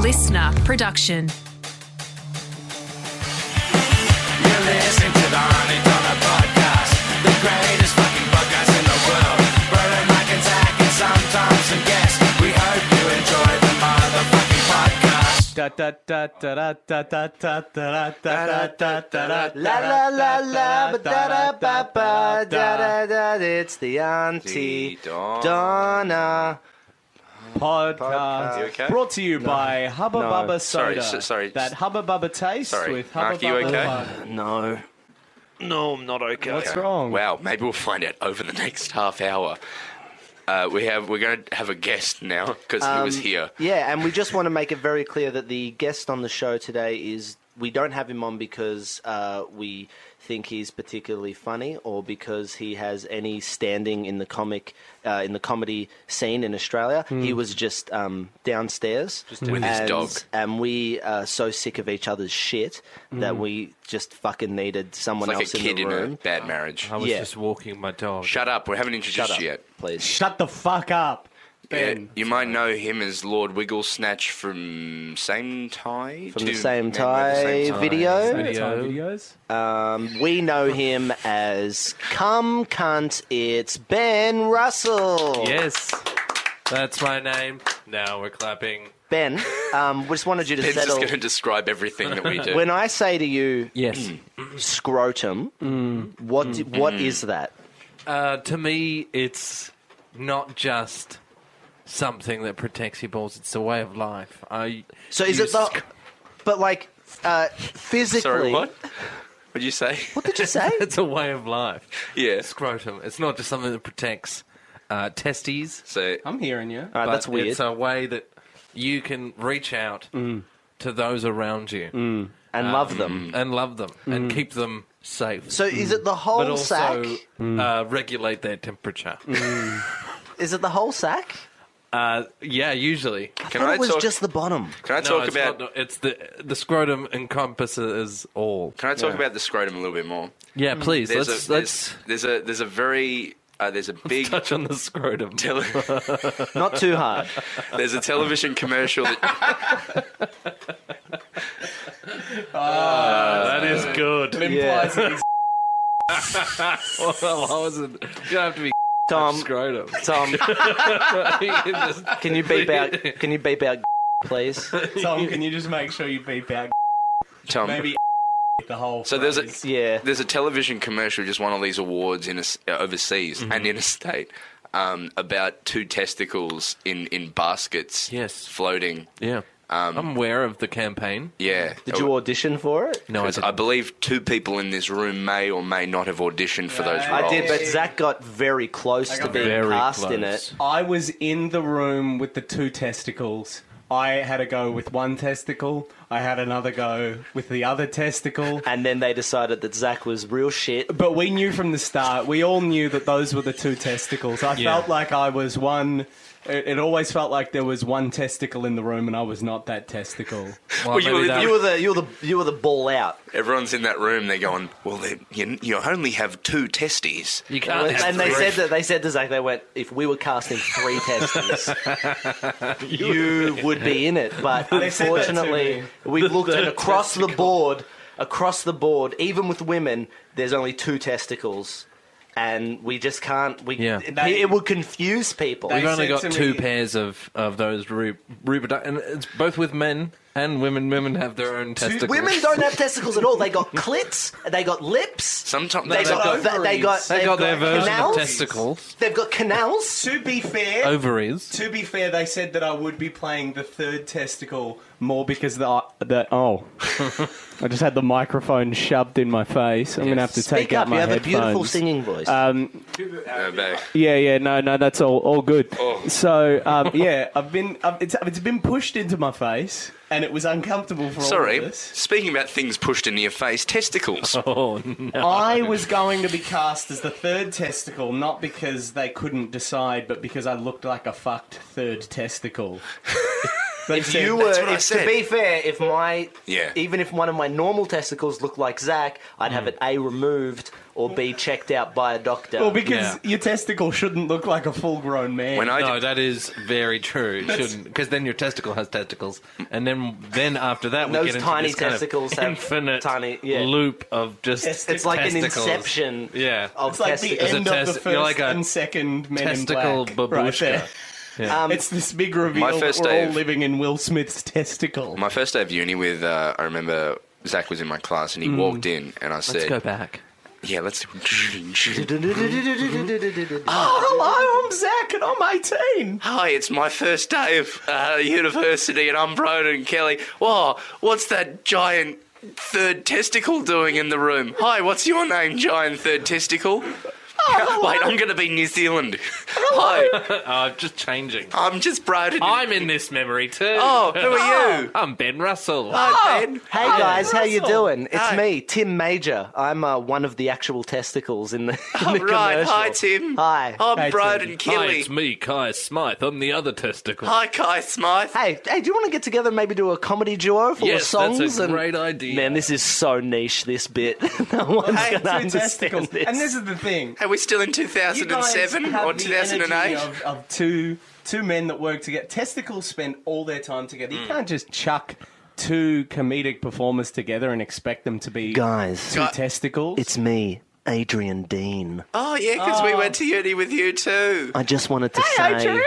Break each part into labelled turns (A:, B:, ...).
A: listener production.
B: You listen to the Honey Dollar Podcast, the greatest fucking podcast in the world. Roland Mike and Zach and sometimes a guest. We hope you enjoy the motherfucking podcast.
C: da da da da da da da da
B: Da
C: da
B: da da da da
C: la la la la ba da da ba ba da da
D: da it's the auntie Donna. Podcast.
C: podcast
D: You okay?
C: brought to you by Hubba
D: No.
C: Bubba
B: Sorry,
C: Soda.
B: s- sorry.
C: that Hubba Bubba taste
B: Sorry.
C: with Hubba
B: Mark,
C: Bubba.
B: you okay?
C: Bubba.
D: No. No, I'm not okay.
C: What's wrong?
B: Wow, maybe we'll find out over the next half hour. Uh, we have we're going to have a guest now because he was here.
D: Um, Yeah, and we just want to make it very clear that the guest on the show today is we don't have him on because uh, we think he's particularly funny or because he has any standing in the comic uh, in the comedy scene in Australia. He was just um, downstairs
B: with his
D: and,
B: dog.
D: and we are so sick of each other's shit that we just fucking needed someone
B: It's like a
D: else in
B: kid
D: the
B: in
D: room.
B: a bad marriage.
E: I was
D: Yeah.
E: just walking my dog.
B: Shut up, we haven't introduced
D: Shut up,
B: you yet.
D: please.
C: Shut the fuck up,
B: Yeah,
C: Ben.
B: you might know him as Lord Wigglesnatch from Same Tie.
D: From
B: to
D: the same
B: Men Wear the Same
D: tie
B: Tie.
D: video.
C: Any time
E: Video.
C: videos?
D: Um, we know him as Come Cunt, it's Ben Russell.
E: Yes, that's my name. Now we're clapping.
D: Ben, um, we just wanted you to
B: Ben's just
D: settle.
B: going to describe everything that we do.
D: When I say to you
E: Yes.
D: scrotum,
B: Mm.
D: what do- what
B: Mm-hmm.
D: is that?
E: Uh, to me, it's not just something that protects your balls. It's a way of life. I
D: So is it
E: use-
D: the but like uh, physically
B: Sorry, what? What'd you say?
D: What did you say?
E: It's a way of life.
B: Yeah.
E: Scrotum. It's not just something that protects uh, testes.
B: So
C: I'm hearing you.
D: All right,
E: but
D: Ah, that's
B: um,
D: weird. Mm.
E: It's a way that you can reach out to those around you
D: and love
B: mm.
D: them.
E: and love them and
D: Mm.
E: keep them safe.
D: So is it the
E: but
D: whole
E: also
D: sack?
E: uh, regulate their temperature.
D: Is it the whole sack?
E: Uh, yeah, usually.
B: can
D: I thought
B: I
D: it was
B: talk?
D: just the bottom.
B: can I
E: No,
B: talk
E: it's
B: about?
E: not- it's the the scrotum encompasses all.
B: Can I talk about the scrotum a little bit more?
E: Yeah, please.
B: There's
E: let's
B: a there's,
E: let's
B: there's a there's a very uh, there's a big
E: touch on the scrotum.
B: tele-
D: Not too hard.
B: there's a television commercial. That,
E: that is good.
D: yeah.
E: well, I wasn't. You don't have to be
D: Tom,
E: scrotum.
D: Tom,
E: You can just-
D: can you beep out? Can you beep out? Please.
C: Tom, can you just make sure you beep out
B: Tom,
C: maybe the whole?
B: So there's a-
C: phrase?
D: Yeah.
B: there's a television commercial just won all these awards in a s uh, overseas and in a state um, about two testicles in in baskets.
E: Yes. Oh
B: floating.
E: yeah.
B: Um,
E: I'm aware of the campaign.
B: Yeah.
D: Did you audition for it?
E: No, I
B: Because I
E: didn't.
B: believe two people in this room may or may not have auditioned for those roles.
D: I did, but Zach got very close to being
E: very
D: cast in
E: close.
D: it.
C: I was in the room with the two testicles. I had a go with one testicle. I had another go with the other testicle.
D: And then they decided that Zach was real shit.
C: But we knew from the start. We all knew that those were the two testicles. I
E: Yeah.
C: felt like I was one. It, it always felt like there was one testicle in the room, and I was not that testicle.
E: Well,
B: Well, you
E: maybe
B: were-
E: that-
D: You were the you were the you were the ball out,
B: Everyone's in that room. They're going, well, they, you, you only have two testes.
E: you can't. have
D: and they
E: three.
D: said that they said to Zach, they went, if we were casting three testers, you would be in it. But
C: said that to
D: unfortunately,
C: me.
D: we looked at across the board, across the board, even with women, there's only two testicles, and we just can't. We
E: Yeah.
D: it,
C: They-
D: it would confuse people.
C: They
E: We've only
C: said
E: got
C: to
E: two
C: me-
E: pairs of of those re- reproduct, and it's both with men and women. Women have their own testicles.
D: Women don't have testicles at all. They got clits. They got lips.
B: Sometimes
D: They
B: that's
D: got,
B: like-
C: got
D: they- they got
C: ovaries.
E: They
D: they've
E: got their version
D: canals.
E: of testicles,
D: They've got canals.
C: To be fair,
E: ovaries.
C: to be fair, they said that I would be playing the third testicle more because the the oh, I just had the microphone shoved in my face. I'm gonna have to
D: Speak
C: take out
D: up.
C: my
D: You have a
C: headphones.
D: beautiful singing voice.
B: Uh, they-
C: Yeah, yeah, no, no, that's all, all good.
B: Oh.
C: So, um, yeah, I've been, I've, it's, it's been pushed into my face, and it was uncomfortable for all of
B: Sorry,
C: us.
B: speaking about things pushed into your face, testicles.
E: Oh no!
C: I was going to be cast as the third testicle, not because they couldn't decide, but because I looked like a fucked third testicle.
D: if you were,
B: That's what I
D: if, to
B: said.
D: be fair, if my,
B: Yeah.
D: even if one of my normal testicles looked like Zach, I'd
E: Mm.
D: have it a removed or b checked out by a doctor.
C: Well, because
E: Yeah.
C: your testicle shouldn't look like a full-grown man.
B: When I
E: no,
B: did-
E: that is very true. It shouldn't, because then your testicle has testicles, and then then after that we
D: Those
E: get into
D: tiny
E: this kind of
D: testicles have
E: infinite
D: tiny- yeah.
E: loop of just
C: It's
D: it's like
E: testicles.
D: an inception
E: Yeah.
D: of
C: it's like the
D: testicles.
C: end
E: a
C: of the
E: test- you're
C: first
E: like a
C: and second Men
E: testicle
C: in Black, right
E: babushka.
C: there.
D: Um,
C: It's this big reveal that
B: first
C: we're
B: day
C: all
B: of-
C: living in Will Smith's testicle.
B: My first day of uni with, uh, I remember Zach was in my class and he walked in and I said,
E: Let's go back.
B: "Yeah, let's."
C: oh, hello, I'm Zach and I'm 18.
B: Hi, it's my first day of uh, university and I'm Broden Kelly. Whoa, what's that giant third testicle doing in the room? Hi, what's your name, giant third testicle? Wait, I'm going to be New Zealand. Hi,
E: Oh, I'm just changing.
B: I'm just Broden.
E: I'm in this memory too.
B: Oh, who are you?
E: I'm Ben Russell.
D: Oh,
B: Hi, Ben.
D: Hey guys, how you
C: Russell.
D: doing? It's
B: Hi.
D: me, Tim Major. I'm uh, one of the actual testicles in the, in
B: Oh,
D: the
B: right.
D: commercial.
B: Hi, Tim. Um,
D: Hi.
B: I'm
C: Hi, Tim.
B: Broden
E: Hi,
B: Kelly.
E: it's me, Kai Smythe. I'm the other testicle.
B: Hi, Kai Smythe.
D: Hey, hey, do you want to get together and maybe do a comedy duo full of
E: Yes,
D: songs?
E: that's a
D: and-
E: great idea.
D: Man, this is so niche. This bit, no one's
B: Hey,
D: gonna
C: Two
D: understand
C: testicles.
D: this.
C: And this is the thing.
B: Are we still in 2007 or 2008?
C: Of, of two two men that work together. Testicles spend all their time together.
E: Hmm.
C: You can't just chuck two comedic performers together and expect them to be
D: guys,
C: two
B: God.
C: testicles.
D: it's me, Adrian Dean.
B: Oh, yeah, because we went to uni with you too.
D: I just wanted to
C: hey,
D: say.
C: Adrian.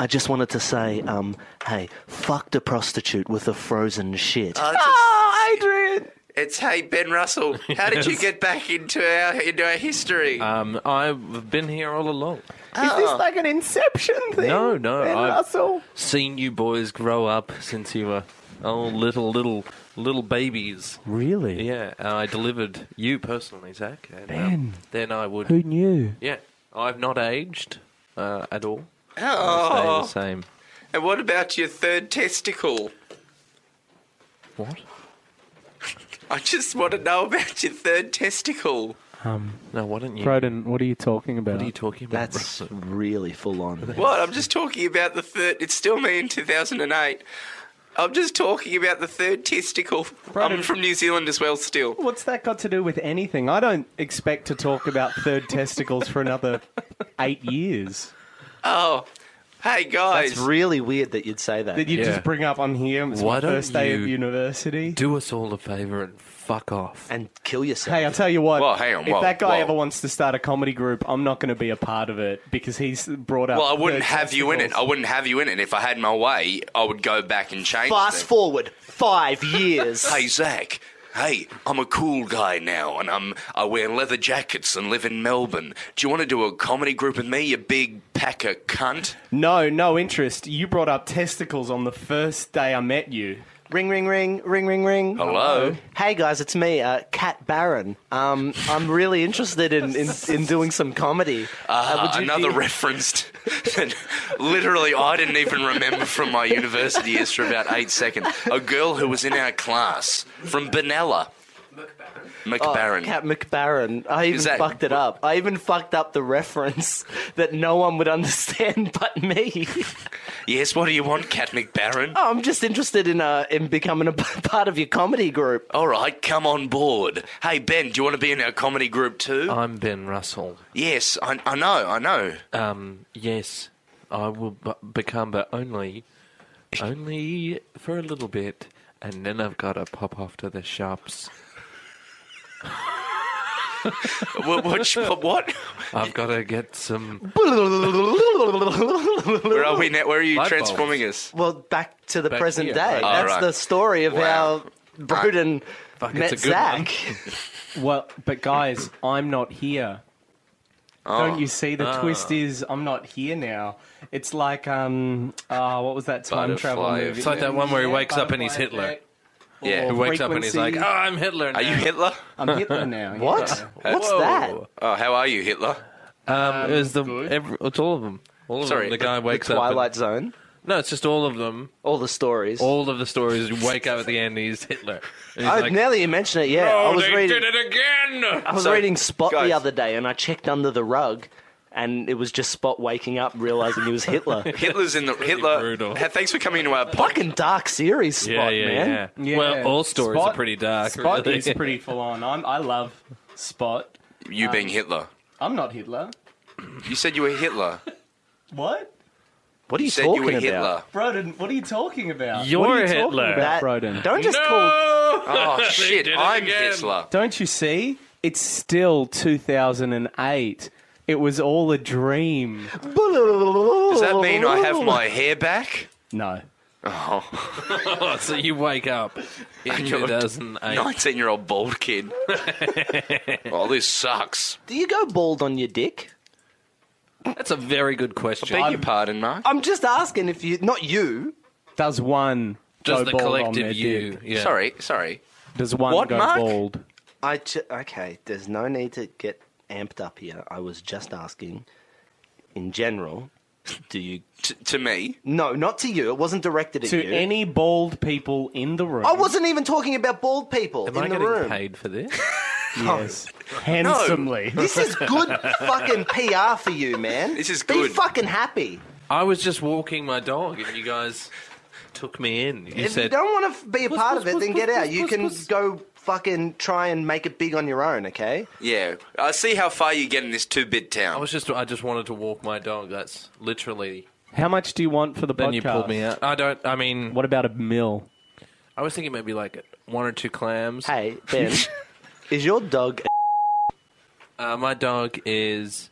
D: I just wanted to say, um, hey, fucked a prostitute with a frozen shit.
B: Oh, it's a-
C: Oh, Adrian.
B: It's hey Ben Russell. How did you get back into our into our history?
C: Uh,
E: Um, I've been here all along.
C: Is this like an Inception thing?
E: Ah. No, no,
C: Ben
E: I've-
C: Russell.
E: Seen you boys grow up since you were oh little little little babies.
C: Really?
E: Yeah, and I delivered you personally, Zach. And, um,
C: Ben.
E: then I would.
C: Who knew?
E: Yeah, I've not aged uh, at all. Stay the
B: oh,
E: same.
B: and what about your third testicle?
E: What?
B: I just want to know about your third testicle.
E: No, why don't you?
C: Broden, what are you talking about?
E: What are you talking about?
D: That's really full on.
B: What? I'm just talking about the third. It's still me in 2008. I'm just talking about the third testicle. I'm
C: Right.
B: from New Zealand as well. Still,
C: What's that got to do with anything? I don't expect to talk about third testicles for another eight years.
B: oh, hey guys,
D: It's really weird that you'd say that.
C: Did you
E: Yeah.
C: just bring up I'm here? It's
E: Why
C: my
E: don't
C: first day
E: you
C: of university.
E: Do us all a favor and fuck off.
D: and kill yourself.
C: Hey, I'll tell you what.
B: Whoa, hang on,
C: if
B: whoa,
C: that guy
B: whoa.
C: ever wants to start a comedy group, I'm not going to be a part of it because he's brought up.
B: well, I wouldn't
C: third
B: have you in it. I
C: testicles.
B: wouldn't have you in it. If I had my way, I would go back and change.
D: Fast
B: them.
D: forward five years.
B: Hey Zach, hey, I'm a cool guy now, and I'm I wear leather jackets and live in Melbourne. Do you want to do a comedy group with me, you big pack of cunt?
C: No, no interest. You brought up testicles on the first day I met you.
D: Ring, ring, ring, ring, ring, ring.
B: Hello.
D: Hey guys, it's me, uh, Kat Barron. Um, I'm really interested in, in, in doing some comedy.
B: Uh,
D: would you
B: another
D: be-
B: reference that literally I didn't even remember from my university years for about eight seconds. A girl who was in our class from Benalla. McBaron.
D: Cat McBaron. I even
B: Is that-
D: fucked it up. I even fucked up the reference that no one would understand but me. Oh,
B: yes, what do you want, Cat McBaron?
D: I'm just interested in uh, in becoming a p- part of your comedy group.
B: All right, come on board. Hey, Ben, do you want to be in our comedy group too?
D: Uh.
E: I'm Ben Russell.
B: yes, I, I know, I know.
E: Um, yes, I will b- become, but only, only for a little bit, and then I've got to pop off to the shops.
B: what, what, what, what?
E: I've got to get some.
B: Where are we now? Where are you
E: Light bulbs.
B: transforming us?
D: Well, back to the
E: Back
D: present
E: here,
D: day.
E: right.
B: Oh,
D: That's
B: right.
D: the story of
B: Wow.
D: how Broden
E: Fuck,
D: met
E: it's a good one.
D: Zach.
C: Well, but guys, I'm not here. Don't
E: Oh,
C: you see? The
E: ah.
C: twist is I'm not here now. It's like um, uh, what was that time travel
B: Butterfly
C: movie?
B: It's
E: like that one where he wakes up and he's
C: Butterfly
E: Hitler.
C: Effect
B: Yeah.
C: or
B: He
E: Who wakes up and he's like, "Oh,
C: Frequency.
E: I'm Hitler."
B: Are you
E: now."
B: Hitler?
C: I'm Hitler now."
D: What? What's
E: Whoa.
D: that?
B: Oh, how are you, Hitler?
E: Um, it was the
C: good.
E: every, it's all of them. All of
B: Sorry,
E: them. The guy wakes
D: the Twilight
E: up.
D: Zone.
E: And, no, it's just all of them.
D: All the stories.
E: All of the stories. You wake up at the end. He's Hitler. And he's
D: I,
E: like,
D: now that you mention it, yeah, I
E: "Oh,
D: was
E: they
D: reading.
E: did it again.
D: I was
B: So,
D: reading Spot
B: guys-
D: the other day, and I checked under the rug, and it was just Spot waking up realizing he was Hitler.
B: Hitler's in the Hitler.
E: brutal.
B: Hey, thanks for coming to our podcast.
D: Fucking dark series, Spot,
E: Yeah, yeah,
D: man.
E: yeah,
C: Yeah.
E: Well, all stories
C: Spot-
E: are pretty dark.
C: Spot
E: really.
C: is pretty full on. I'm, I love Spot.
B: You being Hitler.
C: I'm not Hitler.
B: You said you were Hitler.
C: What?
D: What are you,
B: You said you were
D: talking about?
B: Hitler.
C: Broden, what are you talking about?
E: You're
C: what are you
E: Hitler.
C: talking about,
D: That-
C: Broden?
D: Don't just call.
E: Oh,
B: Oh
E: They
B: shit!
E: did it
B: I'm
E: again.
B: Hitler.
C: Don't you see? It's still 2008. It was all a dream.
B: Does that mean I have my hair back?
C: No.
B: Oh,
E: so you wake up in
B: you're-
E: 2008.
B: 19 year old bald kid. oh, this sucks.
D: Do you go bald on your dick?
E: That's a very good question.
B: Beg your pardon, Mark.
D: I'm just asking if you, not you.
C: Does one go
E: Does the
C: bald on their
E: collective you?
C: dick?
E: Yeah.
B: Sorry, sorry.
C: Does one
B: What,
C: go
B: Mark?
C: bald?
D: I ju- okay. There's no need to get amped up here. I was just asking. In general, do you?
B: T- to me,
D: No, not to you. It wasn't directed at
C: To
D: you.
C: any bald people in the room?
D: I wasn't even talking about bald people
E: Am
D: in
E: I
D: the
E: getting
D: room.
E: paid for this?
C: Yes. Handsomely.
D: This is good fucking PR for you, man.
B: This is
D: Be
B: good.
D: fucking happy.
E: I was just walking my dog, and you guys took me in. You
D: if you
E: said,
D: don't want to be a part of it, then get out. You
E: puss,
D: can
E: puss.
D: go fucking try and make it big on your own. Okay.
B: yeah. I see how far you get in this two bit
E: "I
B: town.
E: was just, I just wanted to walk my dog." That's literally.
C: How much do you want for the
E: Then
C: podcast?
E: you pulled me out. I don't. I mean,
C: What about a mill?
E: I was thinking maybe like one or two clams.
D: Hey Ben, is your dog?
E: Uh, my dog is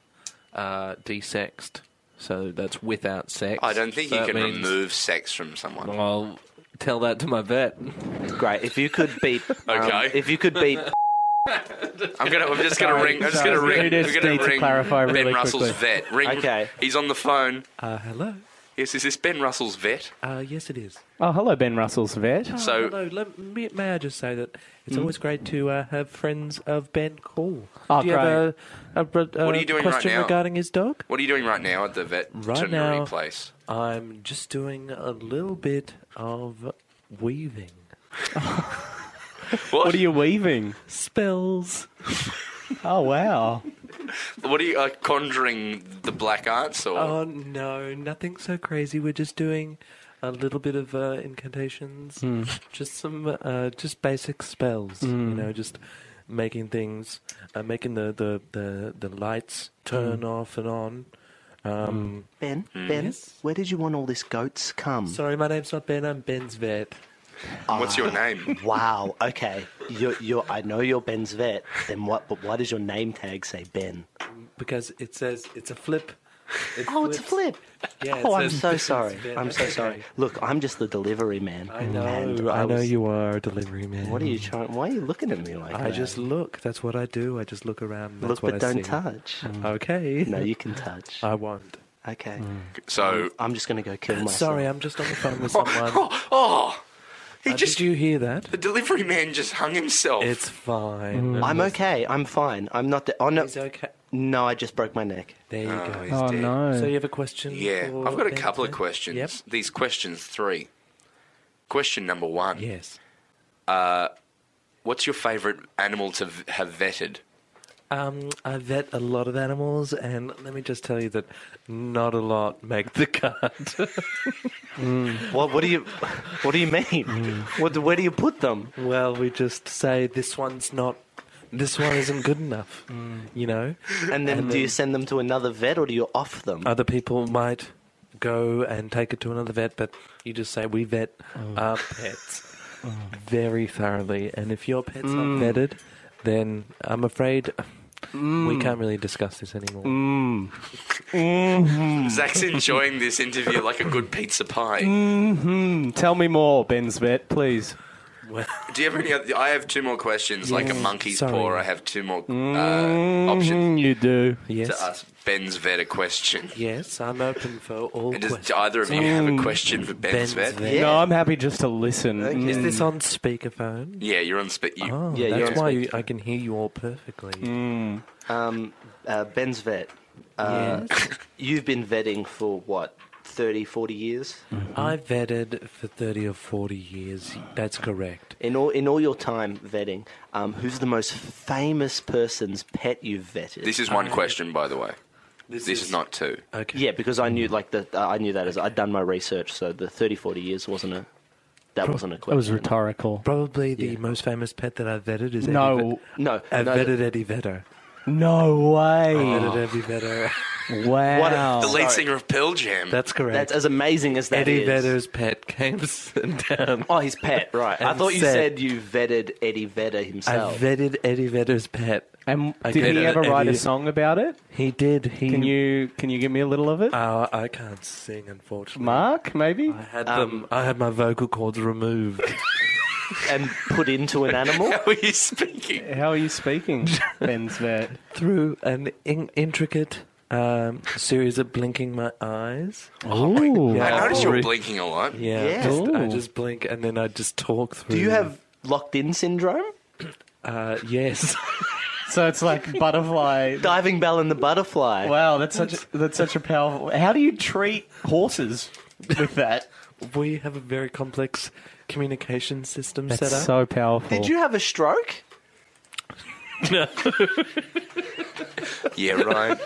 E: uh, desexed, so that's without sex.
B: I don't think
E: So
B: you
E: that
B: can
E: means
B: remove sex from someone.
E: I'll tell that to my vet.
D: Great. If you could beat. um,
B: Okay.
D: if you could beat.
B: I'm gonna. I'm just gonna ring. I'm just gonna
C: Sorry,
B: ring.
C: we just
B: I'm gonna
C: need to
B: ring
C: clarify
B: Ben
C: really
B: Russell's
C: quickly.
B: vet. Ring.
D: Okay.
B: He's on the phone.
E: Uh, hello.
B: Yes, is this Ben Russell's vet?
E: Uh, yes, it is.
C: Oh, hello, Ben Russell's vet.
B: So-
E: hello. Let me, may I just say that it's
B: Hmm?
E: always great to uh, have friends of Ben call.
C: Oh,
E: Do you have a, a, a,
B: What are you doing right
E: question
B: now?
E: regarding his dog?
B: What are you doing right now at the veterinary
E: now-
B: place?
E: I'm just doing a little bit of weaving
B: What,
C: What are you weaving?
E: spells.
C: Oh, wow.
B: What are you uh, conjuring the black arts or?
E: Oh no, nothing so crazy. We're just doing a little bit of uh, incantations, just some, uh, just basic spells. You know, just making things, uh, making the, the, the, the lights turn off and on. Um,
D: Ben,
B: Hmm,
D: Ben, where did you want all this goat's cum?
E: Sorry, my name's not Ben. I'm Ben's vet.
C: Oh.
B: What's your name?
D: wow. Okay. You're, you're, I know you're Ben's vet. Then what? But why does your name tag say Ben?
E: because it says it's a flip. It
D: Oh, it's a
E: flips.
D: flip.
E: Yeah, it
D: oh, I'm
E: says
D: so
E: it's
D: sorry.
E: Ben.
D: I'm so
E: Okay.
D: sorry. Look, I'm just the delivery man.
E: I know.
D: and
E: I, know
D: was-
E: you are a delivery man.
D: What are you trying? Why are you looking at me like that?
E: I just look. That's what I do. I just look around. That's
D: look,
E: what
D: but
E: I
D: don't
E: see. Mm. Uh,
D: touch.
E: Okay.
D: No, you can touch.
E: I won't.
D: Okay.
B: So,
D: I'm just gonna go kill myself.
E: mm. Sorry, I'm just on the phone with someone. Uh,
B: oh, oh, he just
E: Did you hear that?
B: the delivery man just hung himself.
E: It's fine.
D: Mm. I'm okay. I'm fine. I'm not. De- oh no.
E: It's okay.
D: No, I just broke my neck.
E: There you
B: Oh, he's
E: go.
B: dead.
E: So you have a question?
B: Yeah,
E: for
B: I've got a
E: Ben
B: couple of
E: today?
B: questions.
E: Yep.
B: These questions three. Question number one:
E: Yes.
B: What's your favourite animal to v- have vetted?
E: Um, I vet a lot of animals, and let me just tell you that not a lot make the cut.
D: What? What do you? What do you mean?
E: Mm.
D: What? Where do you put them?
E: Well, we just say this one's not, this one isn't good enough. You know,
D: And then, do you send them to another vet or do you off them?
E: other people might go and take it to another vet, but you just say we vet our pets Mm. very thoroughly, and if your pet's
C: Mm.
E: not vetted, then I'm afraid. We
C: Mm.
E: can't really discuss this anymore.
B: Zach's enjoying this interview like a good pizza pie.
C: Hmm, tell me more, Ben's vet, please.
B: Do you have any other? I have two more questions, like a monkey's
E: Sorry.
B: paw. I have two more uh, options
C: Mm, you do.
B: to
E: Yes,
B: ask Ben's vet a question.
E: yes, I'm open for all
B: And does
E: questions.
B: either of you have a question for Ben's,
E: Ben's
B: vet?
E: vet.
D: Yeah.
C: No, I'm happy just to listen.
E: Is
C: Mm.
E: this on speakerphone?
B: Yeah, you're on spit. You,
E: Oh,
D: Yeah, you're
E: that's
D: on
E: why you, I can hear you all perfectly.
C: Mm-hmm.
D: Um, uh, Ben's vet. Uh, You've been vetting for what? 30, 40 years?
E: I vetted for 30 or 40 years. That's correct.
D: In all in all your time vetting, um, who's the most famous person's pet you've vetted?
B: This is one question, by the way. This, is not two.
F: Okay.
D: Yeah, because I knew like the uh, I knew that as I'd done my research, so the 30, 40 years wasn't a that wasn't a
C: That
D: question.
C: was rhetorical.
F: Probably the most famous pet that I've vetted is Eddie
C: No,
F: Ve-
D: No,
F: I've
D: no,
F: vetted Eddie Vedder.
C: no way.
E: Oh.
D: Oh.
F: Vetted Eddie Vedder.
C: Wow.
B: The lead
D: Sorry.
B: singer of Pearl Jam.
F: That's correct.
D: that's as amazing as that
F: Eddie
D: is.
F: Vedder's pet came sitting down.
D: Oh, his pet, right? I
F: And
D: thought you
F: said-
D: said you vetted Eddie Vedder
F: I
D: himself.
F: vetted Eddie Vedder's pet.
C: and
F: I
C: did
F: get
C: he
F: it.
C: ever write a
F: Eddie-
C: song about it?
F: He did. He.
C: Can you can you give me a little of it?
F: Uh, I can't sing, unfortunately.
C: Mark, maybe.
F: I had
D: um,
F: them. I had my vocal cords removed.
D: and put into an animal.
B: How are you speaking?
C: How are you speaking, Ben's vet?
F: through an in- intricate um, series of blinking my eyes.
C: Oh,
B: I
F: Yeah.
B: noticed you were
F: Re-
B: blinking a lot.
F: Yeah,
D: Yeah.
F: Just, I
C: Ooh.
F: just blink and then I just talk through.
D: Do you have locked in syndrome?
F: Uh, yes.
C: so it's like butterfly.
D: Diving bell and the butterfly.
C: Wow, that's such a, that's such a powerful. How do you treat horses with that?
F: we have a very complex communication system set up.
C: so powerful.
D: Did you have a stroke?
B: Yeah, right.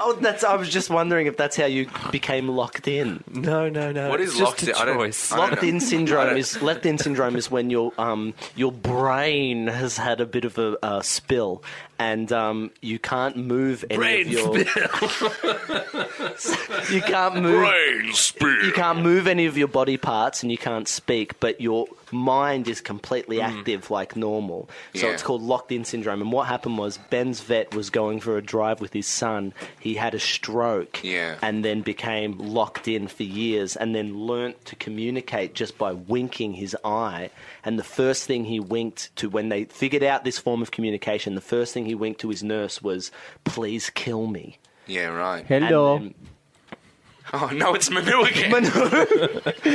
D: Oh, that's. I was just wondering if that's how you became locked in.
F: no, no, no.
B: What
F: it's
B: is
F: just
B: locked
F: a
B: in? I don't-
F: choice.
B: I don't
D: Locked
B: know.
D: in
B: I
D: syndrome
B: don't-
D: is locked in syndrome is when your um your brain has had a bit of a uh, spill and um you can't move any
B: Brain
D: of your you can't move
B: Brain
D: you can't move any of your body parts and you can't speak, but your mind is completely active like normal. So
B: Mm. Yeah.
D: it's called locked in syndrome. And what happened was Ben's vet was going for a drive with his son. He had a stroke
B: Yeah.
D: and then became locked in for years and then learnt to communicate just by winking his eye. And the first thing he winked to when they figured out this form of communication, the first thing he winked to his nurse was, Please kill me.
B: Yeah, right.
C: Hello,
D: And
B: Oh, no, it's Manu again.
D: then-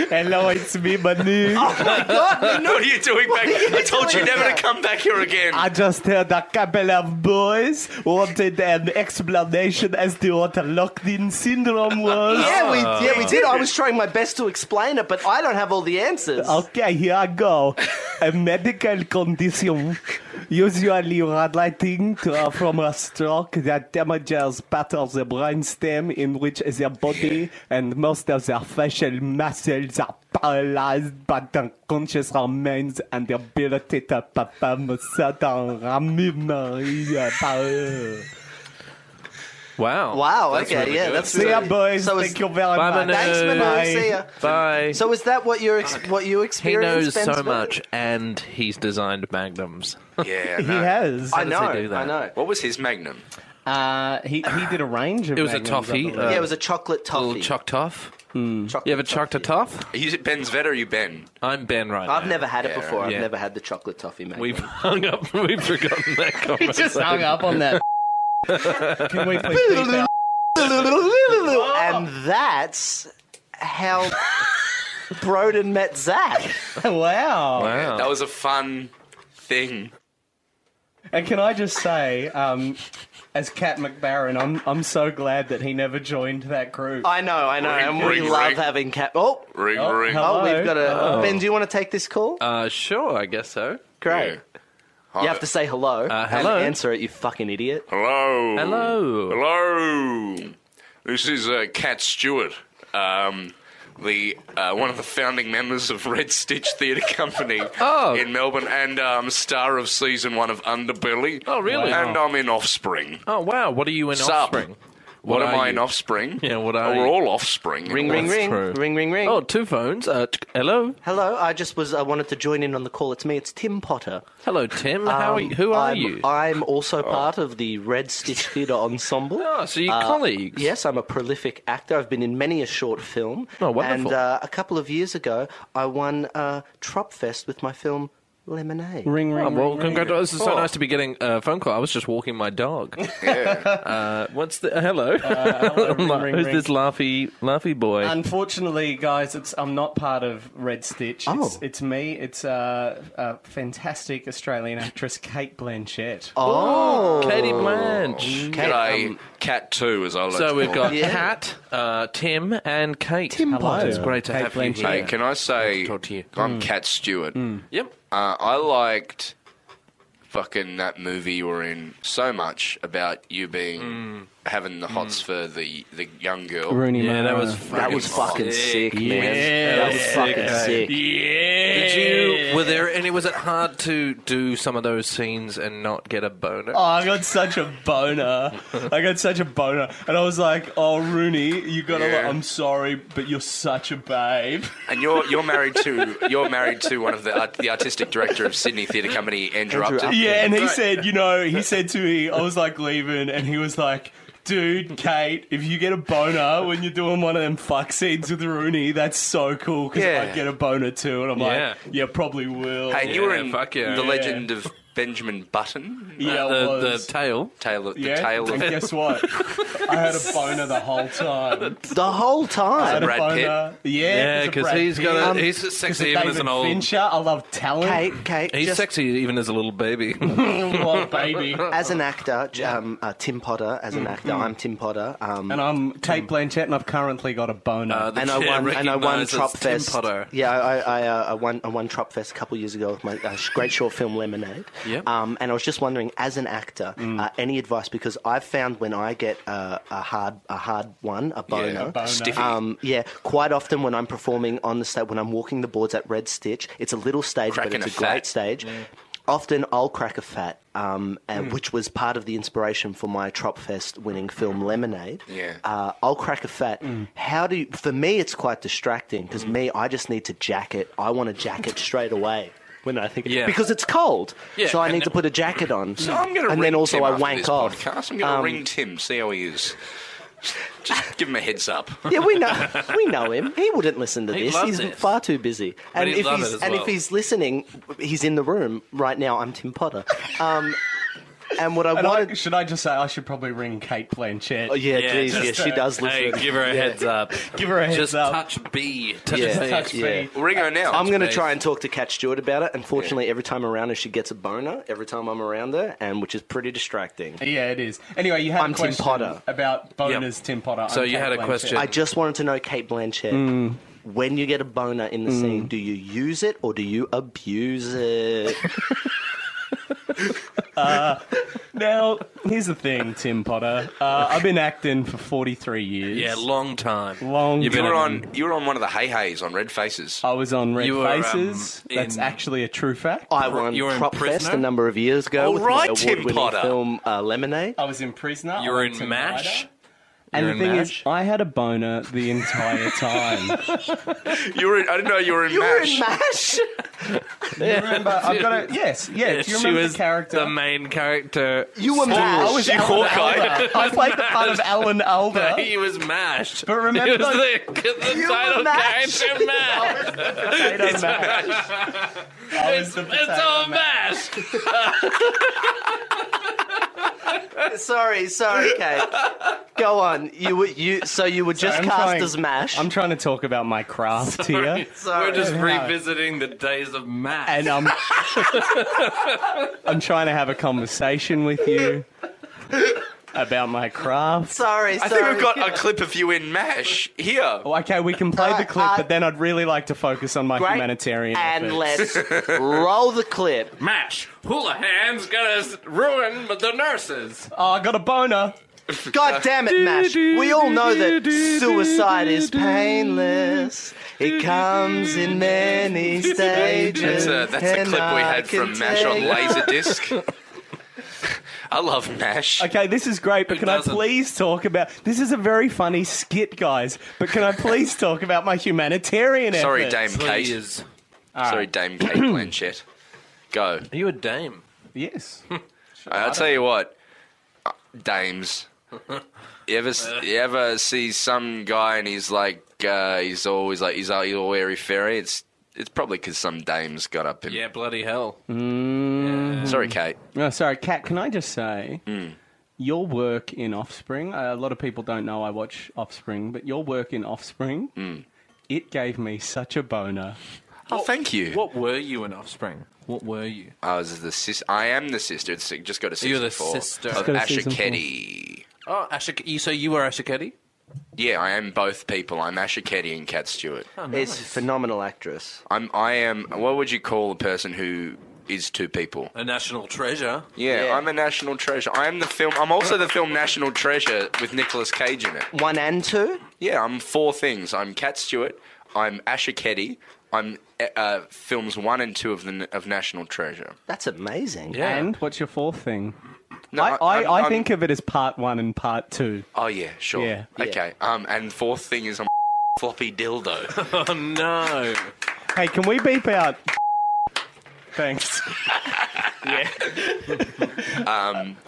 C: hello, it's me, Manu.
D: Oh.
B: No, what are you doing back? I told you never to come back here again.
C: I just heard a couple of boys wanted an explanation as to what a locked-in syndrome was.
D: Yeah, we yeah we did. I was trying my best to explain it, but I don't have all the answers.
C: Okay, here I go. A medical condition, usually relating to, uh, from a stroke that damages part of the brainstem in which the body and most of the facial muscles are paralyzed, but the conscious remains and the ability to perform certain movements. uh, power.
E: Wow.
D: Wow. Okay. yeah. That's
C: See ya, boys.
D: So
C: Thank
D: is-
C: you very
E: Bye,
C: much.
E: Manu.
D: Thanks, Manu.
C: Bye.
D: See ya.
E: Bye.
D: So is that what you ex- what you
E: he
D: experienced?
E: knows
D: Ben's
E: so
D: vet?
E: much, and he's designed magnums.
B: yeah,
C: He
B: no.
C: has.
D: I
E: does
D: know.
E: he do that?
D: I know.
B: What was his magnum?
C: Uh, he, he did a range of
E: It was a
C: magnums, I
E: toffee,
C: believe.
E: uh,
D: Yeah, it was a chocolate
E: A
D: toffee.
E: little choc toff.
D: chocolate
E: You ever chocked a toff?
B: Are you Ben's vet or are you Ben?
E: I'm Ben right
D: I've
E: now.
D: never had it
B: Yeah,
D: before.
E: yeah.
D: I've never had the chocolate toffee, mate.
E: We've hung up. We've forgotten that
C: He
E: conversation.
C: just hung up on that. Can we please beep that?
D: and that's how Broden met Zach.
C: Wow.
E: Wow.
B: That was a fun thing.
C: And can I just say, um, as Cat McBaron, I'm I'm so glad that he never joined that group.
D: I know. I know. and we
B: ring,
D: love
B: ring.
D: having cat. Oh.
B: Ring,
C: Oh,
B: ring.
C: hello.
D: Oh, we've got a Ben. Do you want to take this call?
E: Uh, sure, I guess so.
D: Great.
B: Hi.
D: You have to say hello.
E: hello.
D: And answer it, you fucking idiot.
B: Hello.
E: Hello.
B: Hello. This is uh, Cat Stewart, um, the uh, one of the founding members of Red Stitch Theatre Company
E: Oh.
B: in Melbourne, and um, star of season one of Underbelly.
E: Oh, really? Wow.
B: And I'm in Offspring.
E: Oh wow. What are you in
B: Sup?
E: offspring?
B: What,
E: What
B: am
E: are
B: I
E: you?
B: in Offspring?
E: Yeah, what are
B: oh, We're
E: you?
B: all Offspring.
D: Ring, ring,
E: That's
D: ring,
E: true.
D: ring, ring, ring.
E: Oh, two phones. Uh, t- hello,
D: Hello, I just was. I wanted to join in on the call. It's me. It's Tim Potter.
E: hello, Tim. How are
D: Um,
E: you? Who are
D: I'm,
E: you?
D: I'm also part of the Red Stitch Theatre Ensemble. Uh,
E: oh, so your colleagues.
D: Yes, I'm a prolific actor. I've been in many a short film.
E: Oh, wonderful.
D: And uh, a couple of years ago, I won uh, Tropfest with my film Lemonade.
C: ring ring.
E: Oh, well,
C: ring,
E: congratulations! It's so nice to be getting a phone call. I was just walking my dog. Uh, what's the hello?
C: Uh, hello, ring, ring,
E: Who's
C: ring.
E: this laughy laughy boy?
C: ring. Unfortunately, guys, it's I'm not part of Red Stitch. It's,
D: Oh.
C: it's me. It's uh, a fantastic Australian actress, Kate Blanchett.
D: Oh,
E: Katie Blanche.
B: G'day, Cat Two, as I like to
E: um, So we've
B: call
E: got
B: it.
D: Yeah.
E: Kat, uh, Tim, and Kate.
D: Tim
C: Hello.
D: Potter.
E: It's great to
C: Kate
E: have
C: Blanchett.
E: you
B: Hey,
E: here.
B: can I say
E: talk to you. Mm.
B: I'm Cat Stewart?
E: Yep.
B: Uh, I liked fucking that movie you were in so much about you being
E: Mm.
B: having the hots for the the young girl.
G: Rooney
E: Yeah, that
G: Mara.
E: was
D: That was fucking sick, man.
G: Yeah,
D: that was fucking sick.
E: Did you? Were there any? Was it hard to do some of those scenes and not get a boner?
C: Oh, I got such a boner. I got such a boner. And I was like, oh, Rooney, you gotta,
B: Yeah.
C: I'm sorry, but you're such a babe.
B: And you're you're married to you're married to one of the art, the artistic director of Sydney Theatre Company, Andrew,
D: Andrew
B: Upton.
D: Upton.
C: Yeah, and he said, you know, he said to me, I was like leaving, and he was like, dude, Kate, if you get a boner when you're doing one of them fuck scenes with Rooney, that's so cool because
B: Yeah.
C: I'd get a boner too. And I'm
E: Yeah.
C: like, yeah, probably will.
B: Hey, you were in
E: fuck yeah.
B: the
E: Yeah.
B: Legend of Benjamin Button.
C: yeah, it
E: the,
C: was.
E: the tail.
B: Tale of,
C: yeah,
B: the tale
C: and
B: of
C: guess what? I had a boner the whole time.
D: The whole
C: I had
D: time.
C: a
B: Brad Pitt?
C: boner. Yeah,
E: Yeah,
C: it's a
E: because
C: Brad
E: he's got
C: Pitt.
E: a,
C: Um,
E: he's as
C: it's a
E: sexy even as
C: David
E: an old.
C: Fincher. I love talent.
D: Kate, Kate,
E: He's
D: just
E: sexy even as a little baby.
C: Oh, baby.
D: as an actor, j- um, uh, Tim Potter, as
E: Mm,
D: an actor, I'm Tim Potter. Um,
C: And I'm Kate Blanchett, and I've currently got a boner.
E: Uh, the
D: and I
E: chair
D: won. And I won
E: recognises
D: Trop
E: Tim
D: Fest.
E: Potter.
D: Yeah, I, I, I, uh, I won. I won Trop Fest a couple years ago with my uh, sh- great short film Lemonade.
E: Yep.
D: Um, and I was just wondering, as an actor, uh, any advice? Because I've found when I get uh, a hard, a hard one, a boner.
C: a boner.
B: Stiffy.
D: Um, yeah, quite often when I'm performing on the stage, when I'm walking the boards at Red Stitch, it's a little stage,
B: Cracking
D: but
B: a
D: it's a,
B: fat.
D: great stage. Often I'll crack a fat, um, and, which was part of the inspiration for my Tropfest winning film Lemonade.
B: Yeah.
D: uh, I'll crack a fat.
E: Mm.
D: How do you, for me? It's quite distracting because me, I just need to jacket. I want to jacket straight away when I think
E: Yeah.
D: because it's cold,
E: Yeah,
D: so I
E: and
D: need to
E: then-
D: put a jacket on.
B: So I'm going to
D: and
B: ring
D: then also
B: Tim
D: I
B: after
D: wank
B: this
D: off. Um,
B: Podcast. I'm going to ring Tim, see how he is. Just give him a heads up.
D: Yeah, we know we know him. He wouldn't listen to
E: He
D: this.
E: loves
D: He's
E: this.
D: far too busy. And
E: he'd
D: if
E: love
D: he's
E: it as
D: and
E: well.
D: if he's listening, he's in the room right now. I'm Tim Potter. Um, and what I
C: and I,
D: wanted.
C: should I just say I should probably ring Kate Blanchett?
D: oh, yeah, geez, yeah,
E: just,
D: she does
E: Hey,
D: listen.
E: give her a heads up.
C: Give her a heads
E: Just
C: up.
E: touch B. Touch
D: Yeah.
E: B.
C: Touch
D: yeah.
C: me.
B: Ring her now.
D: I'm going to try and talk to Cat Stewart about it. Unfortunately, every time around her, she gets a boner. Every time I'm around her, and which is pretty distracting.
C: Yeah, it is. Anyway, you had
D: I'm
C: a
D: Tim
C: question
D: Potter.
C: about boners, Tim Potter.
E: So
C: I'm
E: you
C: Kate
E: had a
C: Blanchett.
E: question.
D: I just wanted to know, Kate Blanchett, when you get a boner in the scene, do you use it or do you abuse it?
C: Now, here's the thing, Tim Potter. Uh, I've been acting for 43 years.
E: Yeah, long time.
C: Long
E: You've
B: You
E: been
B: were
E: a-
B: on. You were on one of the Hey Hey's on Red Faces.
C: I was on Red
E: You were, um,
C: Faces. That's
E: in-
C: actually a true fact.
D: I won
E: you were in
D: Prop Fest
E: Prisoner?
D: a number of years ago
B: All
D: with
B: right,
D: my
B: Tim
D: award-winning
B: Potter.
D: film uh, Lemonade.
C: I was in Prisoner.
E: You
C: I
E: were
C: went
E: in
C: to
E: MASH?
C: NIDA. And
E: You're
C: the
E: in
C: thing
E: MASH?
C: is, I had a boner the entire time.
B: You were. In, I didn't know you were in
D: You were
B: Mash.
D: in MASH.
C: remember, I've got a, yes, yeah. Do you
E: she
C: remember
E: was
C: the character?
E: the main character.
D: You were
C: I
D: MASH.
C: was Alan
E: Hawkeye.
C: Alda. I played the part of Alan Alda.
E: He was mashed.
C: But remember-
E: he was the, the
D: You were
E: title
D: mashed.
E: character mashed.
C: Potato mash. I was the
E: It's
C: potato
E: all mashed.
D: sorry, sorry, Kate. Go on. You were you. So you were just
C: I'm
D: cast
C: trying-
D: as MASH.
C: I'm trying to talk about my craft here.
D: sorry.
E: We're just revisiting the days of mash.
C: And I'm, I'm trying to have a conversation with you about my craft.
D: sorry.
B: I think I've got a clip of you in Mash here.
C: Okay, we can play the clip,
D: Uh, uh,
C: but then I'd really like to focus on my humanitarian
D: And
C: efforts.
D: let's roll the clip.
E: mash. Hula hands gonna s- ruin the nurses.
C: oh, I got a boner.
D: God damn it, Mash. We all know that suicide is painless. It comes in many stages.
B: That's a, that's a
D: and
B: clip we
D: I
B: had from
D: can
B: Mash on
D: take-
B: Laserdisc. I love Mash.
C: Okay, this is great, but can
E: doesn't?
C: I please talk about this? Is a very funny skit, guys. But can I please talk about my humanitarian
B: Sorry,
C: efforts?
B: Dame Kate.
E: Please.
B: Sorry, Dame Kate Blanchett. Go.
E: Are you a dame?
C: Yes.
B: I'll tell you what, uh, dames. You ever s- you ever see some guy and he's like uh, he's always like he's, all- he's all airy fairy? It's it's probably because some dames got up him.
E: Yeah, bloody hell.
B: Sorry, Kate.
C: Oh, sorry, Kat. Can I just say
B: Mm.
C: your work in Offspring? Uh, a lot of people don't know I watch Offspring, but your work in Offspring,
B: Mm.
C: it gave me such a boner.
B: Oh, thank you.
E: What were you in Offspring? What were you?
B: I was the sis. I am the sister. It's just got a season
E: You're the
B: four
E: sister.
B: of
E: Just
C: got a
B: Asher
C: season four.
B: Ketty.
E: Oh, Ashik- you. So you were Ashiketti?
B: Yeah, I am both people. I'm Asher Ketty and
E: Oh,
B: Kat Stewart.
D: It's a phenomenal actress.
B: I'm I am. What would you call a person who is to people.
H: A national treasure.
B: Yeah,
D: Yeah.
B: I'm a national treasure. I am the film. I'm also the film National Treasure with Nicolas Cage in it.
D: One and two?
B: Yeah, I'm four things. I'm Cat Stewart. I'm Asher Ketty. I'm uh, uh, films one and two of the of National Treasure.
D: That's amazing.
H: Yeah.
C: And what's your fourth thing?
B: No,
C: I, I,
B: I'm-
C: I
B: I'm-
C: think of it as part one and part two.
B: Oh yeah, sure.
C: Yeah.
B: Okay. Um, and fourth thing is I'm floppy dildo.
H: Oh no.
C: Hey, can we beep out? Thanks.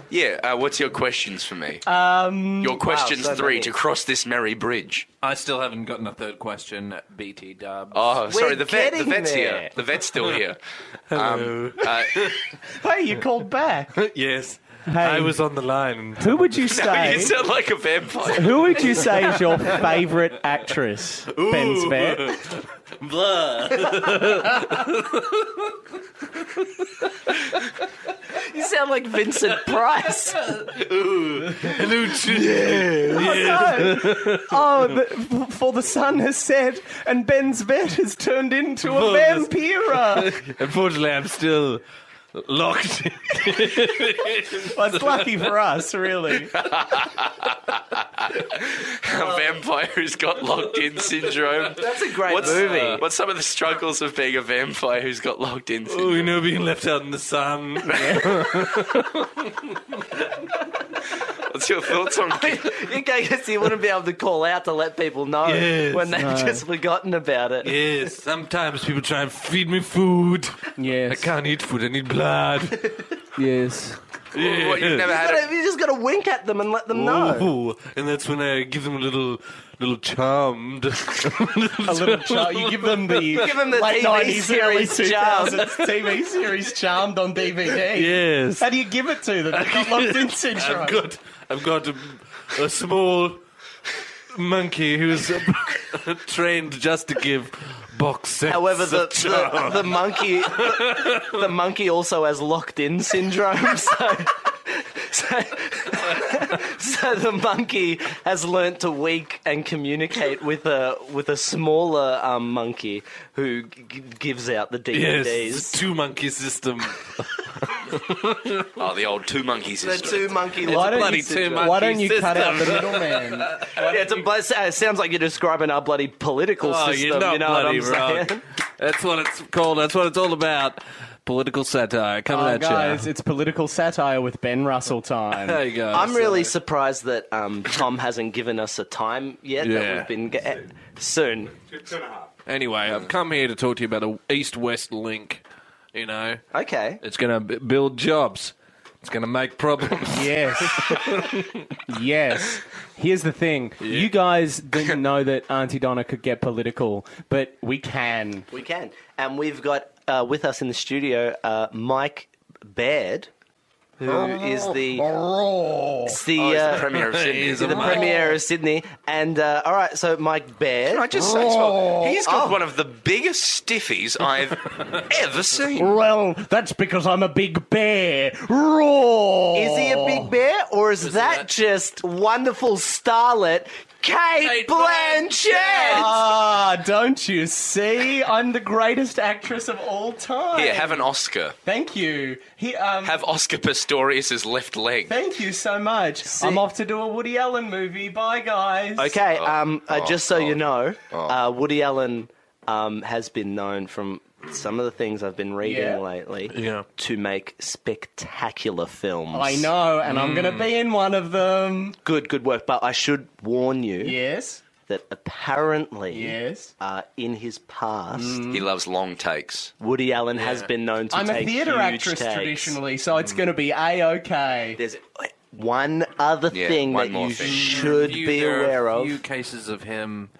B: yeah. Uh, what's your questions for me?
C: Um,
B: your questions
D: so
B: three
D: many.
B: to cross this merry bridge.
H: I still haven't gotten a third question, BT Dubs.
B: Oh, sorry. The vet. The
D: getting
B: vet's
D: there.
B: here. The vet's still here.
E: um,
B: Uh,
C: hey, you called back. Hey,
E: yes. I was on the line.
C: who would you
B: you
C: say?
B: sound like a vampire.
C: Who would you say is your favourite actress, Ben Svet?
D: You sound like Vincent Price.
C: Oh, the, for the sun has set, and Ben's vet has turned into a vampira.
E: Unfortunately, I'm still locked.
C: Well, it's lucky for us, really.
B: a vampire who's got locked in syndrome.
D: That's a great
B: What's, uh,
D: movie.
B: what's some of the struggles of being a vampire who's got locked in? syndrome?
E: Oh, you know, being left out in the sun.
B: What's your thoughts on?
D: I guess you wouldn't be able to call out to let people know
E: Yes.
D: when they've just forgotten about it.
E: Yes, sometimes people try and feed me food. I
I: Yes.
E: can't eat food, I need blood.
I: Yes.
B: what, you've never had a,
D: But you just got to wink at them and let them know.
E: Ooh, and that's when I give them a little, little charmed.
C: A little child. You give them the
D: Give them the
C: late
D: TV
C: 90s, early
D: series Charmed.
C: 2000s TV series Charmed on DVD.
E: yes.
C: How do you give it to them? They've got locked in syndrome.
E: I've got, I've got a, a small monkey who's trained just to give box sets.
D: However, the,
E: of charm.
D: the, the monkey the, the monkey also has locked in syndrome. So, so, so the monkey has learnt to wink and communicate with a with a smaller um, monkey who g- gives out the
E: yes,
D: DVDs.
E: two monkey system.
B: oh, the old two monkeys
D: The
B: system.
D: two monkey
C: Why don't,
E: bloody
C: you,
E: two
C: why don't
E: monkey
C: you cut out the middleman?
D: Yeah, it's a, blo- it sounds like you're describing our bloody political
E: Oh,
D: system.
E: you're not
D: you know
E: bloody
D: what I'm
E: wrong.
D: saying?
E: That's what it's called. That's what it's all about. Political satire coming
C: Oh,
E: at
C: guys,
E: you.
C: it's political satire with Ben Russell time.
E: There you go.
D: I'm really surprised that um, Tom hasn't given us a time yet. That
E: Yeah.
D: we've been ge- soon.
E: Anyway, I've come here to talk to you about a east-west link. You know,
D: Okay.
E: it's going to b- build jobs. It's going to make problems.
C: yes. yes. Here's the thing. You guys didn't know that Auntie Donna could get political, but we can.
D: We can. And we've got uh, with us in the studio uh, Mike Baird, who is the. it's the,
B: Oh, it's
D: uh,
B: the premiere of Sydney.
E: He's
B: isn't
D: the
B: it?
D: premier of Sydney. And uh, all right, so Mike Baird.
B: I just say as well, he's
D: Oh.
B: got one of the biggest stiffies I've ever seen.
C: Well, that's because I'm a big bear. Roar!
D: Is he a big bear, or is that, just wonderful starlet Kate, Blanchett?
C: Ah, don't you see? I'm the greatest actress of all time.
B: Here, have an Oscar.
C: Thank you. He, um,
B: Have Oscar Pistorius's left leg.
C: thank you so much. I'm off to do a Woody Allen movie. Bye, guys.
D: Okay, um, uh,
B: oh,
D: just so you
B: oh,
D: know, uh, Woody Allen um, has been known from some of the things I've been reading
C: Yeah.
D: lately
E: Yeah.
D: to make spectacular films.
C: I know, and I'm
D: Mm.
C: going to be in one of them.
D: Good, good work. But I should warn you
C: Yes.
D: that apparently,
C: Yes.
D: uh, in his past,
B: He loves long takes.
D: Woody Allen has been known to
C: Mm. I'm a
D: take
C: theatre
D: huge
C: actress
D: takes. Mm.
C: traditionally, so it's going to be a okay.
D: There's one other
B: Yeah,
D: thing
B: one
D: that
B: more
D: you
B: thing.
D: should
E: few-
D: be
E: there are
D: aware
E: a
D: of.
E: Few cases of him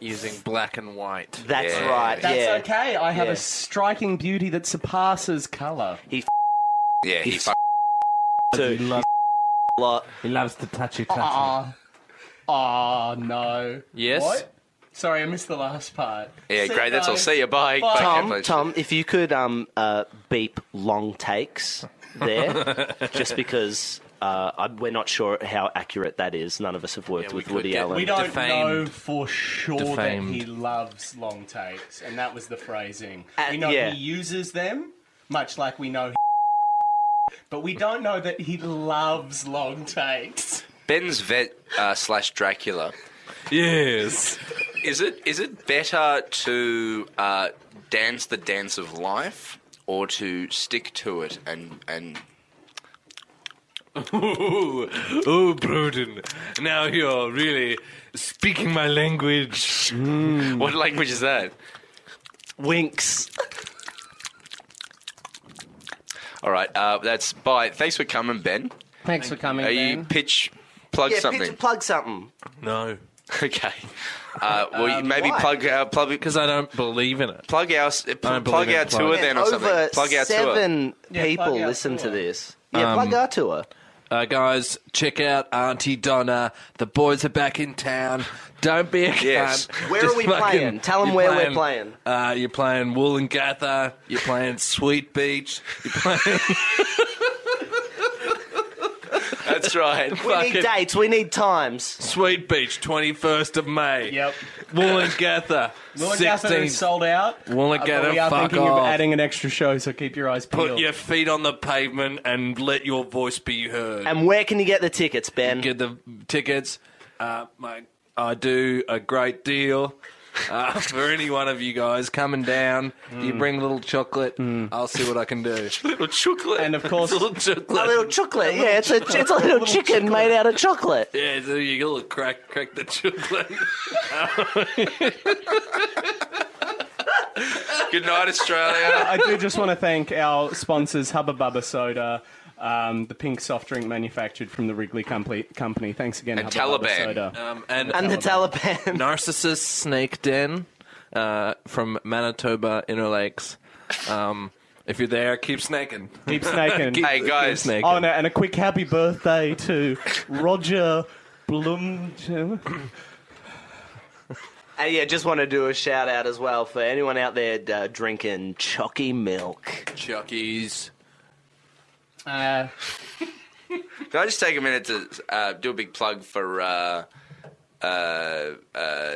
E: using black and white.
D: That's
B: Yeah.
D: right.
C: That's
D: yeah.
C: okay. I have
D: Yeah.
C: a striking beauty that surpasses colour.
B: Yeah, he
D: He's-
B: fuck-
D: Too. Lot.
I: He loves to touch it.
C: Ah, ah, no.
E: Yes?
C: What? Sorry, I missed the last part.
B: Yeah,
C: See,
B: great. That's all.
C: guys.
B: See you. Bye. Bye,
D: Tom,
B: Kevin.
D: Tom, if you could um, uh, beep long takes there, just because uh, I, we're not sure how accurate that is. None of us have worked
E: Yeah, we
D: with
E: could
D: Woody
E: get-
D: Allen.
C: We don't know
E: Defamed.
C: for sure that
E: Defamed.
C: he loves long takes, and that was the phrasing.
D: Uh,
C: we know
D: yeah.
C: he uses them. much like we know. But we don't know that he loves long takes.
B: Ben's vet uh, slash Dracula.
F: Yes.
B: Is it is it better to uh, dance the dance of life or to stick to it and and
F: Ooh, ooh, Broden. Now you're really speaking my language.
D: Mm-hmm.
B: what language is that?
D: Winks.
B: All right, uh, that's bye. Thanks for coming, Ben.
J: Thanks for coming,
B: Are
J: Ben.
B: you pitch plug
D: Yeah,
B: something?
D: pitch- plug something.
F: No,
B: okay. Uh, well, you maybe
D: why?
B: plug our plug
F: because I don't believe in it.
B: plug our s- plug,
F: believe in
B: our
F: plug.
B: tour
D: And
B: then or
D: over
B: something. Plug our tour.
D: seven people
C: plug our
D: listen to
C: tour.
D: this. Yeah, plug our tour.
G: Uh, guys, check out Auntie Donna. The boys are back in town. Don't be a
B: Yes.
G: cunt.
D: Where
G: Just
D: are we
G: fucking-
D: playing? Tell 'em
G: you're
D: where we're playing.
G: Uh, you're playing Woolloongatha. You're playing Sweet Beach. You're playing.
B: That's right.
D: We need dates. We need times.
G: Sweet Beach, 21st of May.
C: Yep.
G: Woolloongatha.
C: Wollongata
G: 16th.
C: is sold out.
G: Wollongata,
C: Uh, but we are
G: fuck
C: thinking
G: off.
C: of adding an extra show, so keep your eyes peeled.
G: Put your feet on the pavement and let your voice be heard.
D: And where can you get the tickets, Ben?
G: Get the tickets. Uh, my, I do a great deal. Uh, for any one of you guys coming down,
C: Mm.
G: you bring a little chocolate. I'll see what I can do.
B: little chocolate.
C: and of course,
G: little
D: A
G: chocolate.
D: little chocolate. Yeah, it's a it's a little chicken made out of chocolate.
G: yeah, so you get a little crack, crack the chocolate.
B: Good night, Australia.
C: I do just want to thank our sponsors, Hubba Bubba Soda, um, the pink soft drink manufactured from the Wrigley Company. company. Thanks again,
B: And
C: Hubba Bubba
B: Taliban.
C: Soda.
G: Um, and
D: And the Taliban.
G: Narcissus Snake Den uh, from Manitoba Inner Lakes. Um, if you're there, keep snaking.
C: Keep snaking.
B: hey guys,
G: Snaking.
C: Oh, no, and a quick happy birthday to Roger Blum.
D: Uh, yeah, just want to do a shout out as well for anyone out there uh, drinking chalky milk.
G: Chuckies.
C: Uh,
B: Can I just take a minute to uh, do a big plug for uh, uh, uh,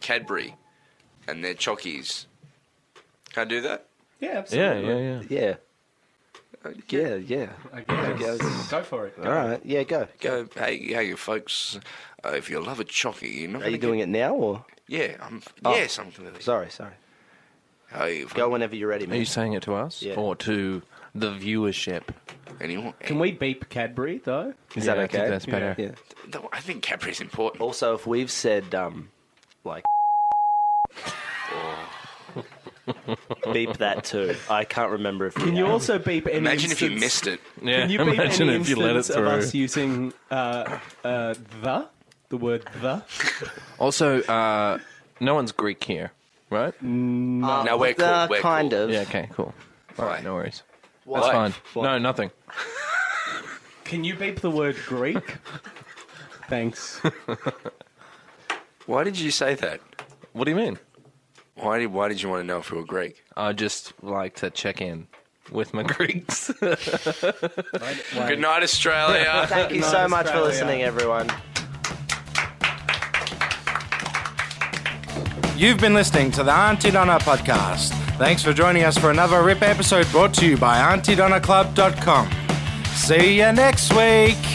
B: Cadbury and their chockies? Can I do that?
C: yeah,
F: Yeah,
C: absolutely.
F: yeah, yeah.
D: Yeah. Yeah, yeah.
C: Go for it.
D: All right. Yeah, go.
B: Go, hey, hey, folks. Uh, if you love a chockey, you're not
D: Are you
B: gonna
D: doing it now or?
B: Get, yeah, I'm. Yes, I'm doing it.
D: Sorry, sorry.
B: Hey,
D: Go whenever you're ready,
E: Are you
D: man.
E: saying it to us
D: Yeah.
E: or to the viewership?
B: anyone?
C: Can we beep Cadbury, though?
D: Is
E: Yeah,
D: that
E: I think
D: okay?
E: that's better.
D: Yeah.
B: No, I think Cadbury's important.
D: Also, if we've said um, like, beep that too. I can't remember if
C: Can
D: we
C: you
D: have.
C: also beep any
B: Imagine if you
C: instance-
B: missed it.
E: Yeah,
C: Can you beep
E: imagine
C: any
E: if you let it
C: instance
E: through.
C: of us using uh, uh, the, the word the?
E: Also, uh, no one's Greek here, right?
D: Uh,
B: No, we're cool,
D: uh,
B: we're
D: kind
B: cool.
D: of.
E: Yeah, okay, cool. All
B: Why?
E: right, no worries.
B: Why?
E: That's fine. No, nothing.
C: Can you beep the word Greek? Thanks.
B: Why did you say that?
E: What do you mean?
B: Why did Why did you want to know if we were Greek?
E: I just like to check in with my Greeks.
B: Good night, Australia.
D: Thank you so much for
C: Australia.
D: listening, everyone.
K: You've been listening to the Auntie Donna podcast. Thanks for joining us for another RIP episode brought to you by AuntieDonnaClub.com. See you next week.